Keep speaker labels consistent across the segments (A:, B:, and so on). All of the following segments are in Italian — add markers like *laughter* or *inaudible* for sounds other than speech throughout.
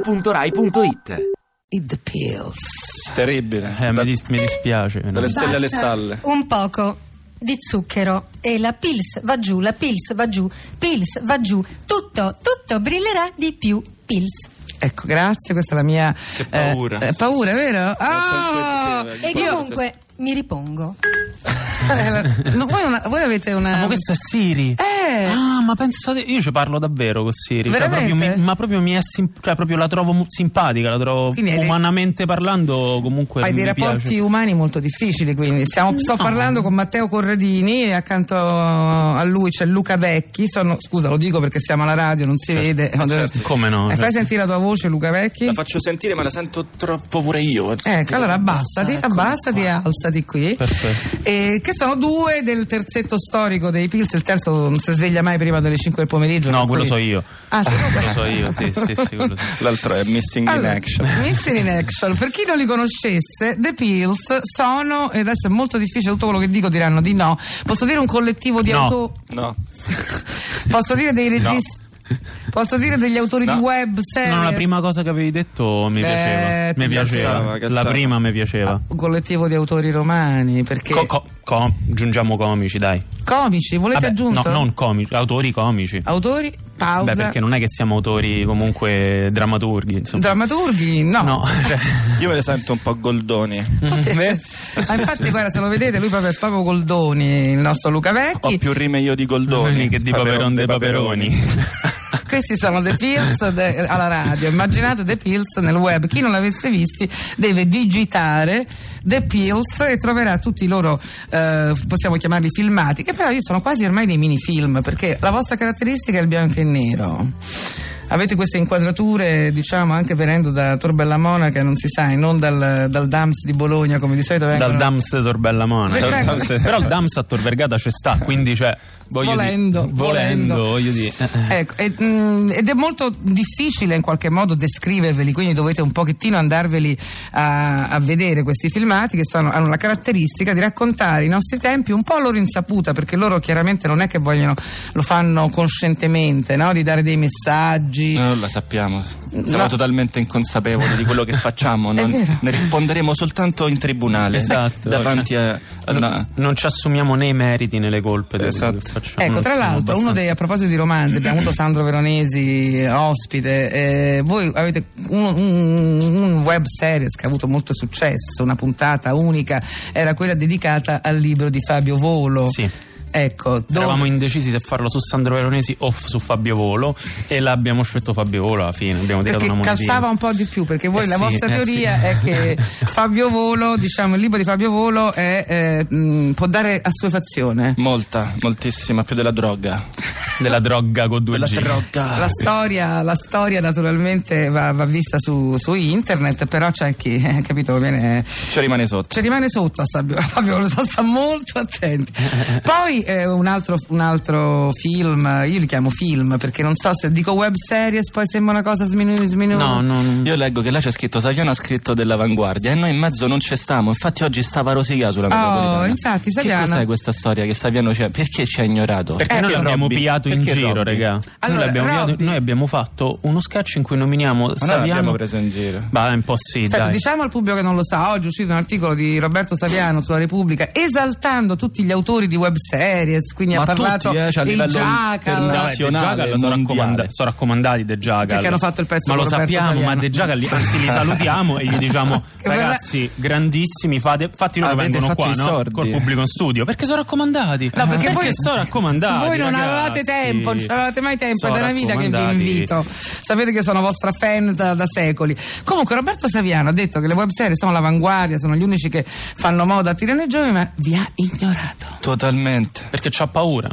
A: radio2pod.rai.it
B: Eat the pills.
C: Terribile.
D: Eh,
C: Da-
D: mi, dis- mi dispiace.
C: dalle
D: no.
C: stelle alle
E: Basta
C: stalle.
E: Un poco di zucchero e la pils va giù, la pils va giù, pils va giù, tutto, tutto brillerà di più. Pils.
B: Ecco, grazie, questa è la mia
C: Che paura.
B: eh, eh, paura, vero?
C: penso
B: Ah!
C: che sia-
E: E
C: Guarda,
E: comunque mi ripongo.
B: Eh, No, voi, una- voi avete
D: Ah,
B: una
D: ma questa è Siri.
B: Ehm, Eh.
D: Ah, ma pensate, io ci parlo davvero con Siri. Cioè,
B: Veramente?
D: proprio mi- ma proprio mi è sim- cioè, proprio la trovo mu- simpatica, la trovo
B: Quindi hai dei-
D: umanamente parlando comunque
B: Hai
D: mi
B: dei rapporti
D: piace.
B: umani molto difficili, quindi Stiamo- sto parlando con Matteo Corradini e accanto a lui c'è Luca Vecchi. Sono- scusa, lo dico perché siamo alla radio, non si vede.
C: certo.
D: Come no?
B: Eh,
D: Cioè,
B: fai sentire la tua voce, Luca Vecchi?
C: La faccio sentire, ma la sento troppo pure io.
B: Ecco, allora abbassati,
C: Eccola qua.
B: abbassati e alzati qui.
D: ecco. Perfetto.
B: Eh, che sono due del terzetto storico dei Pils. Il terzo non si sveglia mai prima delle 5 del pomeriggio. per
D: No, quello
B: cui-
D: so io.
B: Ah, sei tu?
D: Lo so io, sì, sì, sì, quello sì.
C: L'altro è Missing
B: Allora,
C: in Action.
B: Missing in Action, per chi non li conoscesse, The Pills sono, e adesso è molto difficile tutto quello che dico, diranno di no. Posso dire un collettivo di
D: No.
B: auto. *laughs*
C: No.
B: Posso dire dei registi. Posso dire degli autori
C: No.
B: di web serie?
D: No, la prima cosa che avevi detto mi
B: Eh,
D: piaceva.
B: ti Ah,
D: Mi piaceva.
C: calzava, calzava.
D: La prima mi piaceva.
B: Un collettivo di autori romani, perché
D: Co- co- co- aggiungiamo comici, dai.
B: comici, volete
D: Vabbè,
B: aggiunto?
D: No, non comici, autori comici.
B: Autori, pausa.
D: Beh, perché non è che siamo autori comunque drammaturghi, insomma.
B: Drammaturghi? No.
D: no, *laughs* cioè,
C: Io me ne sento un po' goldoni.
D: *laughs*
B: Tutti-
C: Beh,
B: Ah, infatti, guarda, se lo vedete, lui proprio è proprio Goldoni, il nostro Luca
C: Ho
D: Oh,
B: Vecchi.
C: più rime io di goldoni.
D: che di Paperon dei Paperoni.
B: Questi sono The Pills de- alla radio. Immaginate The Pills nel web. Chi non l'avesse visti deve digitare The Pills e troverà tutti i loro, eh, possiamo chiamarli filmati, che però io sono quasi ormai dei minifilm, perché la vostra caratteristica è il bianco e il nero. Avete queste inquadrature, diciamo, anche venendo da Torbella Monaca, non si sa, e non dal, dal Dams di Bologna, come di solito vengono.
D: Dal Dams Torbella Monaca.
B: Dal Dams.
D: *laughs* Però il Dams a Tor Vergata c'è sta, quindi cioè, voglio dire-
B: volendo,
D: volendo, voglio dire. eh, eh.
B: Ecco, e, mm, ed è molto difficile in qualche modo descriverveli, quindi dovete un pochettino andarveli a, a vedere questi filmati che sono- hanno la caratteristica di raccontare i nostri tempi un po' a loro insaputa, perché loro chiaramente non è che vogliono, lo fanno conscientemente, no? di dare dei messaggi.
C: Noi non la sappiamo. Siamo
B: No.
C: totalmente inconsapevoli di quello che facciamo. non-
B: vero.
C: ne risponderemo soltanto in tribunale.
D: Esatto.
C: Davanti a, a una-
D: Non ci assumiamo né i meriti né le colpe di quello
C: Esatto.
D: che facciamo.
B: Ecco,
D: non
B: tra
D: siamo
B: l'altro, uno dei, a proposito di romanzi, abbiamo avuto Sandro Veronesi eh, ospite. eh, voi avete un, un- un web series che ha avuto molto successo, una puntata unica, era quella dedicata al libro di Fabio Volo.
D: Sì.
B: Ecco, dove-
D: Eravamo indecisi se farlo su Sandro Veronesi o f- su Fabio Volo e l'abbiamo scelto Fabio Volo alla fine. Abbiamo tirato
B: perché
D: una monetina.
B: calzava un po' di più perché voi
D: Eh
B: la
D: sì,
B: vostra
D: eh
B: teoria
D: sì.
B: è che Fabio Volo diciamo il libro di Fabio Volo è, eh, mh, può dare assuefazione
C: Molta, moltissima, più della droga.
D: *laughs* della droga con due
C: Della
D: G.
C: droga.
B: La storia, la storia naturalmente va, va vista su, su internet, però c'è chi, eh, capito, viene...
C: Ci rimane sotto.
B: Ci rimane sotto a Sabio, *laughs* Fabio lo so, sta molto
C: *laughs*
B: attenti. Poi eh, un, altro, un altro film, io li chiamo film perché non so se dico web series, poi sembra una cosa sminuita.
D: No, no, no.
C: Io leggo che là c'è scritto Saviano ha scritto dell'avanguardia e noi in mezzo non ci stiamo. Infatti oggi stava rosica sulla metropolitana.
B: infatti, Saviano-
C: Che cos'è questa storia che Saviano c'è? Perché ci ha ignorato?
D: Perché
B: Eh,
D: noi l'abbiamo
C: Robby?
D: piato in
C: Perché
D: giro,
C: Robby?
D: raga.
B: Allora,
D: noi, l'abbiamo piato-
B: Robby-
D: noi abbiamo fatto uno sketch in cui nominiamo
C: Ma noi
D: Saviano.
C: l'abbiamo preso in giro.
D: Bah, è un po' sì,
B: Aspetta,
D: dai.
B: diciamo al pubblico che non lo sa, oggi è uscito un articolo di Roberto Saviano sulla Repubblica esaltando tutti gli autori di web series, quindi
C: Ma
B: ha
C: tutti,
B: parlato
C: eh, cioè, a
B: dei
C: livello
B: Jackal.
C: internazionale.
D: Dai, De Jagal sono,
C: mondiale.
D: raccomanda- sono raccomandati De Jagal
B: Perché hanno fatto il pezzo
D: ma lo
B: con Roberto
D: sappiamo ma
B: Saviano.
D: De Jagal li- anzi li
B: *laughs*
D: salutiamo e gli diciamo
B: Che verrà-
D: ragazzi grandissimi fate, infatti loro
C: Avete
D: vengono
C: fatto
D: qua
C: i
D: no?
C: sordi.
D: col pubblico in studio perché sono raccomandati
B: No, perché voi-
D: Eh, sono raccomandati
B: Voi non
D: ragazzi.
B: avevate tempo, non avevate mai tempo, è
D: Sono
B: da una vita che vi
D: raccomandati.
B: invito. Sapete che sono vostra fan da, da secoli. Comunque Roberto Saviano ha detto che le web serie sono l'avanguardia, sono gli unici che fanno moda a tirare i giovani, ma vi ha ignorato.
C: *laughs* Totalmente.
D: perché c'ha paura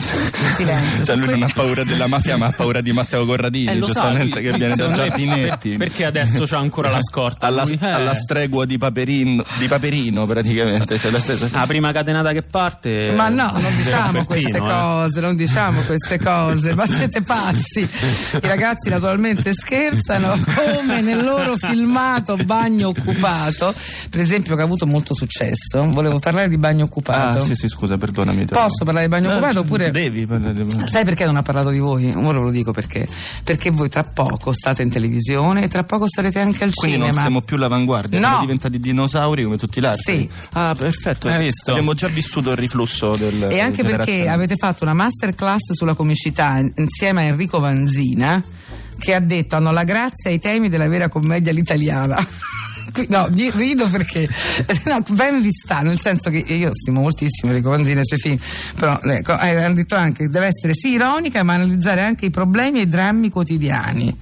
B: In silenzio.
C: Cioè
B: Su
C: lui
B: que-
C: non ha paura della mafia ma ha paura di Matteo Corradini,
D: Eh, lo sa,
C: giustamente
D: lui- *laughs*
C: che viene da
D: secondo me-
C: Giardinetti.
D: perché adesso c'ha ancora la scorta
C: *laughs* alla,
D: lui, eh.
C: alla stregua di Paperino, di Paperino praticamente. Cioè la stessa-
D: la prima catenata che parte
C: Eh,
B: Ma no,
D: *laughs*
B: non
D: De
B: diciamo queste
D: Robertino, eh.
B: cose, non diciamo queste cose, ma siete pazzi. I ragazzi naturalmente scherzano *laughs* come nel loro filmato Bagno Occupato, per esempio che ha avuto molto successo. Volevo parlare di Bagno Occupato.
C: Ah sì sì scusa perdonami. Teo.
B: Posso parlare di bagno
C: Eh,
B: occupato oppure
C: Devi parlare.
B: Sai perché non ha parlato di voi? Ora ve lo dico perché. Perché voi tra poco state in televisione e tra poco sarete anche al
C: Quindi
B: cinema.
C: non siamo più l'avanguardia,
B: No.
C: siamo diventati dinosauri come tutti gli altri.
B: Sì.
C: Ah, perfetto.
D: Hai visto?
C: Abbiamo già vissuto il riflusso del
B: E anche perché
C: generazionale.
B: avete fatto una masterclass sulla comicità in- insieme a Enrico Vanzina che ha detto hanno la grazia e i temi della vera commedia all'italiana. *laughs* Qui- No, di- rido perché *laughs* no, ben vi sta, nel senso che io stimo moltissimo Enrico Vanzina e i suoi film, però ecco, eh, hanno detto anche che deve essere sì ironica ma analizzare anche i problemi e i drammi quotidiani.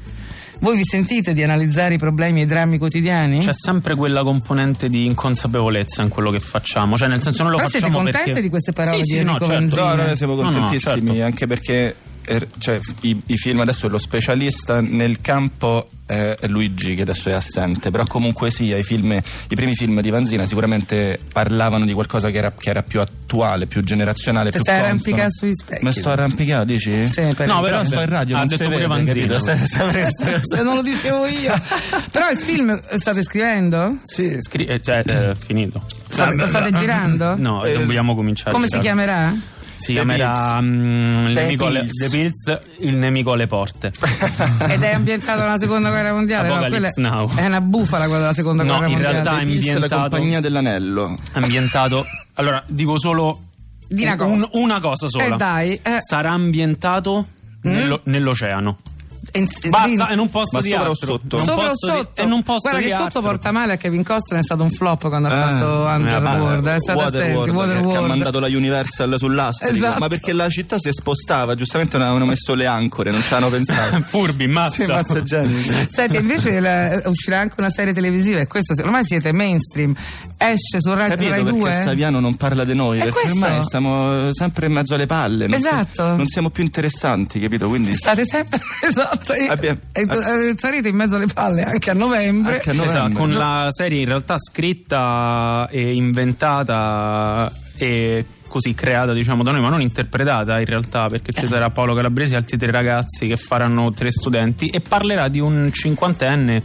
B: Voi vi sentite di analizzare i problemi e i drammi quotidiani?
D: C'è sempre quella componente di inconsapevolezza in quello che facciamo, cioè nel senso non lo
B: Però siete
D: facciamo
B: contenti
D: perché...
B: di queste parole
D: Sì,
B: di
D: sì, no,
B: Enrico
D: certo.
B: Vanzini?
C: No, no, noi siamo
D: No, no,
C: contentissimi,
D: certo.
C: anche perché er- cioè, i, i film adesso è lo specialista nel campo eh, è Luigi che adesso è assente, però comunque sia i, film, i primi film di Vanzina sicuramente parlavano di qualcosa che era, che era più attuale, più generazionale,
B: Te
C: più
B: stai
C: consono.
B: arrampicando sugli specchi.
C: Mi sto arrampicando, dici?
B: Sì, per-
D: No,
C: Però
D: Vabbè,
C: sto in radio,
D: ha
C: non
D: detto
C: si
D: pure
C: vede,
D: Vanzina.
C: capito? Stai- stai- stai-
B: *laughs* Se non lo dicevo io. Però il film eh, state scrivendo?
C: Sì,
D: Scri- eh, cioè, eh, finito.
B: State- lo state girando?
D: No,
C: Eh,
D: dobbiamo cominciare. a
B: Come si
D: girare. *laughs*
B: chiamerà?
D: Si
C: The
D: chiamerà mm, il,
C: The
D: nemico alle,
C: Pills.
D: The Pills, il nemico
C: *laughs*
D: alle porte.
B: Ed è ambientato nella seconda guerra mondiale. no?
D: Apocalypse
B: Quella-
D: Now.
B: È una bufala quella della seconda
D: No,
B: guerra
D: in
B: mondiale.
D: realtà-
C: The Pills e la
D: ambientato-
C: compagnia dell'anello.
D: ambientato. Allora, dico solo
B: Di una cosa.
D: un- una cosa sola.
B: Eh, dai, eh.
D: Sarà ambientato nello- nell'oceano.
B: In-
D: Basta,
B: Eh, di-
D: e non posso
C: Ma
D: dire
C: sopra o
D: altro.
C: sotto?
D: Non
B: Sopra o
D: posso di-
B: sotto?
D: e non posso
B: Guarda
D: dire
B: che sotto
D: altro.
B: porta male a Kevin Costner è stato un flop quando ha
C: Ah,
B: fatto Underworld. eh, È stato
C: Waterworld,
B: attenti,
C: che- che ha
B: Waterworld.
C: mandato la Universal sull'astrico
B: Esatto.
C: ma perché la città si spostava giustamente non avevano messo le ancore non ci hanno
B: *laughs*
C: pensato
D: Furbi, mazza.
C: Sì, mazza geni.
B: Senti, invece la- eh, uscirà anche una serie televisiva e questo se- ormai siete mainstream. Esce su Rai,
C: *laughs* capito
B: Rai
C: perché
B: 2.
C: Saviano non parla di noi
B: È
C: perché
B: questo?
C: ormai stiamo sempre in mezzo alle palle non, siamo-
B: Esatto.
C: non siamo più interessanti capito quindi
B: State sempre *laughs* esatto, e-
C: Abbia-
B: e- e- sarete in mezzo alle palle anche a novembre.
C: anche a novembre
D: Esatto, con la serie in realtà scritta e inventata e così creata diciamo da noi ma non interpretata in realtà perché ci sarà Paolo Calabresi e altri tre ragazzi che faranno tre studenti e parlerà di un cinquantenne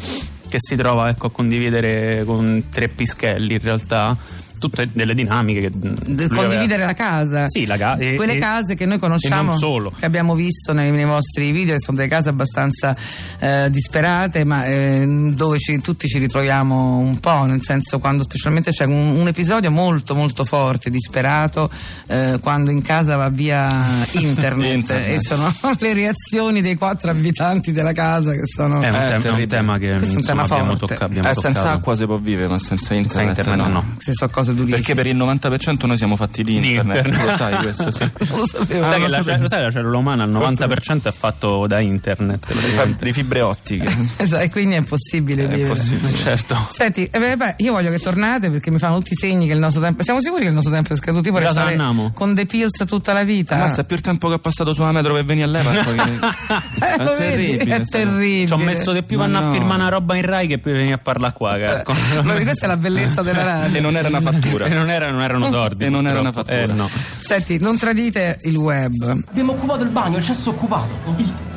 D: che si trova ecco, a condividere con tre pischelli in realtà tutte delle dinamiche che
B: De- condividere la casa.
D: Sì, la ca- e-
B: Quelle
D: e-
B: case che noi
D: e
B: conosciamo,
D: non solo.
B: che abbiamo visto nei, nei vostri video, che sono delle case abbastanza eh, disperate, ma eh, dove ci- tutti ci ritroviamo un po', nel senso quando specialmente c'è un, un episodio molto molto forte, disperato, eh, quando in casa va via
D: *laughs*
B: internet,
C: Internet.
B: e sono *laughs* le reazioni dei quattro abitanti della casa che sono...
D: è un,
C: Eh,
D: tema- è un
C: terribile.
D: tema che
B: Questo è un
D: insomma,
B: tema
D: abbiamo,
B: forte.
D: tocca- abbiamo
C: Eh,
D: toccato
C: senza acqua si può vivere ma senza
D: Senza
C: internet,
D: internet
C: no.
D: no
B: queste sono cose durissime.
C: perché per il 90% noi siamo fatti di
D: Di
C: internet,
D: internet.
C: lo sai questo
D: *laughs*
C: sì.
B: Non lo sapevo.
D: sai
C: lo
D: che la,
C: sapevo.
D: lo sai che la cellula umana al 90% è fatto da internet
C: di, fa- di fibre ottiche
B: Esatto, e quindi è impossibile
C: è
B: dire.
C: impossibile
D: certo
B: Senti, eh, beh, beh, io voglio che tornate perché mi fanno tutti i segni che il nostro tempo. Siamo sicuri che il nostro tempo è scaduto? Io vorrei
D: Già
B: stare
D: Sannamo.
B: con The Pills tutta la vita.
C: Ammazza, più il tempo che ho passato sulla metro per venire all'Evarco
B: *laughs*
C: che...
B: Eh, lo
C: È
B: vedi?
C: terribile.
B: È
C: sta-
B: terribile.
D: ci ho messo di più
C: Ma
D: vanno
C: no.
D: a firmare una roba in Rai che poi veni a parlare qua ecco.
B: Ma questa è la bellezza della radio.
D: *laughs*
C: E non era
B: *laughs*
C: una fattura.
D: e non erano, non erano sordi
C: E non era una
D: purtroppo.
C: fattura.
D: Eh, no.
B: Senti, non tradite il web.
A: Abbiamo occupato il bagno, il cesso occupato.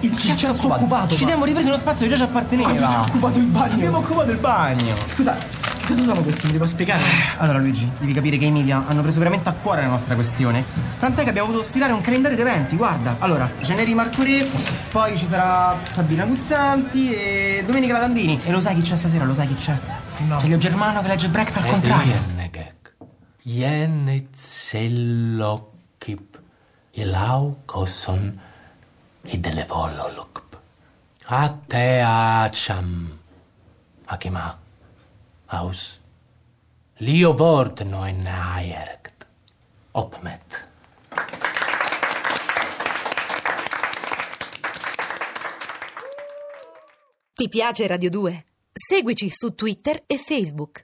A: Il, cesso, occupato. Ci siamo ripresi uno spazio che già ci apparteneva. Abbiamo occupato il bagno. Abbiamo occupato il bagno. Eh,
F: Scusa, che cosa sono questi? Mi devo spiegare?
A: Allora Luigi, devi capire che i media hanno preso veramente a cuore la nostra questione. Tant'è che abbiamo dovuto stilare un calendario di eventi, guarda. Allora, Generi Marcuri, poi ci sarà Sabina Guzzanti e Domenica Latandini. E lo sai chi c'è stasera, lo sai chi c'è? C'è Leo Germano che legge Brecht
G: Eh,
A: al contrario.
G: Jennegek. Jennitsellokip. Ilau kosson idelevololokp. Ateacham. Akima. Aus. Lio vort noin aerkt. Opmet.
H: Ti piace Radio 2? Seguici su Twitter e Facebook.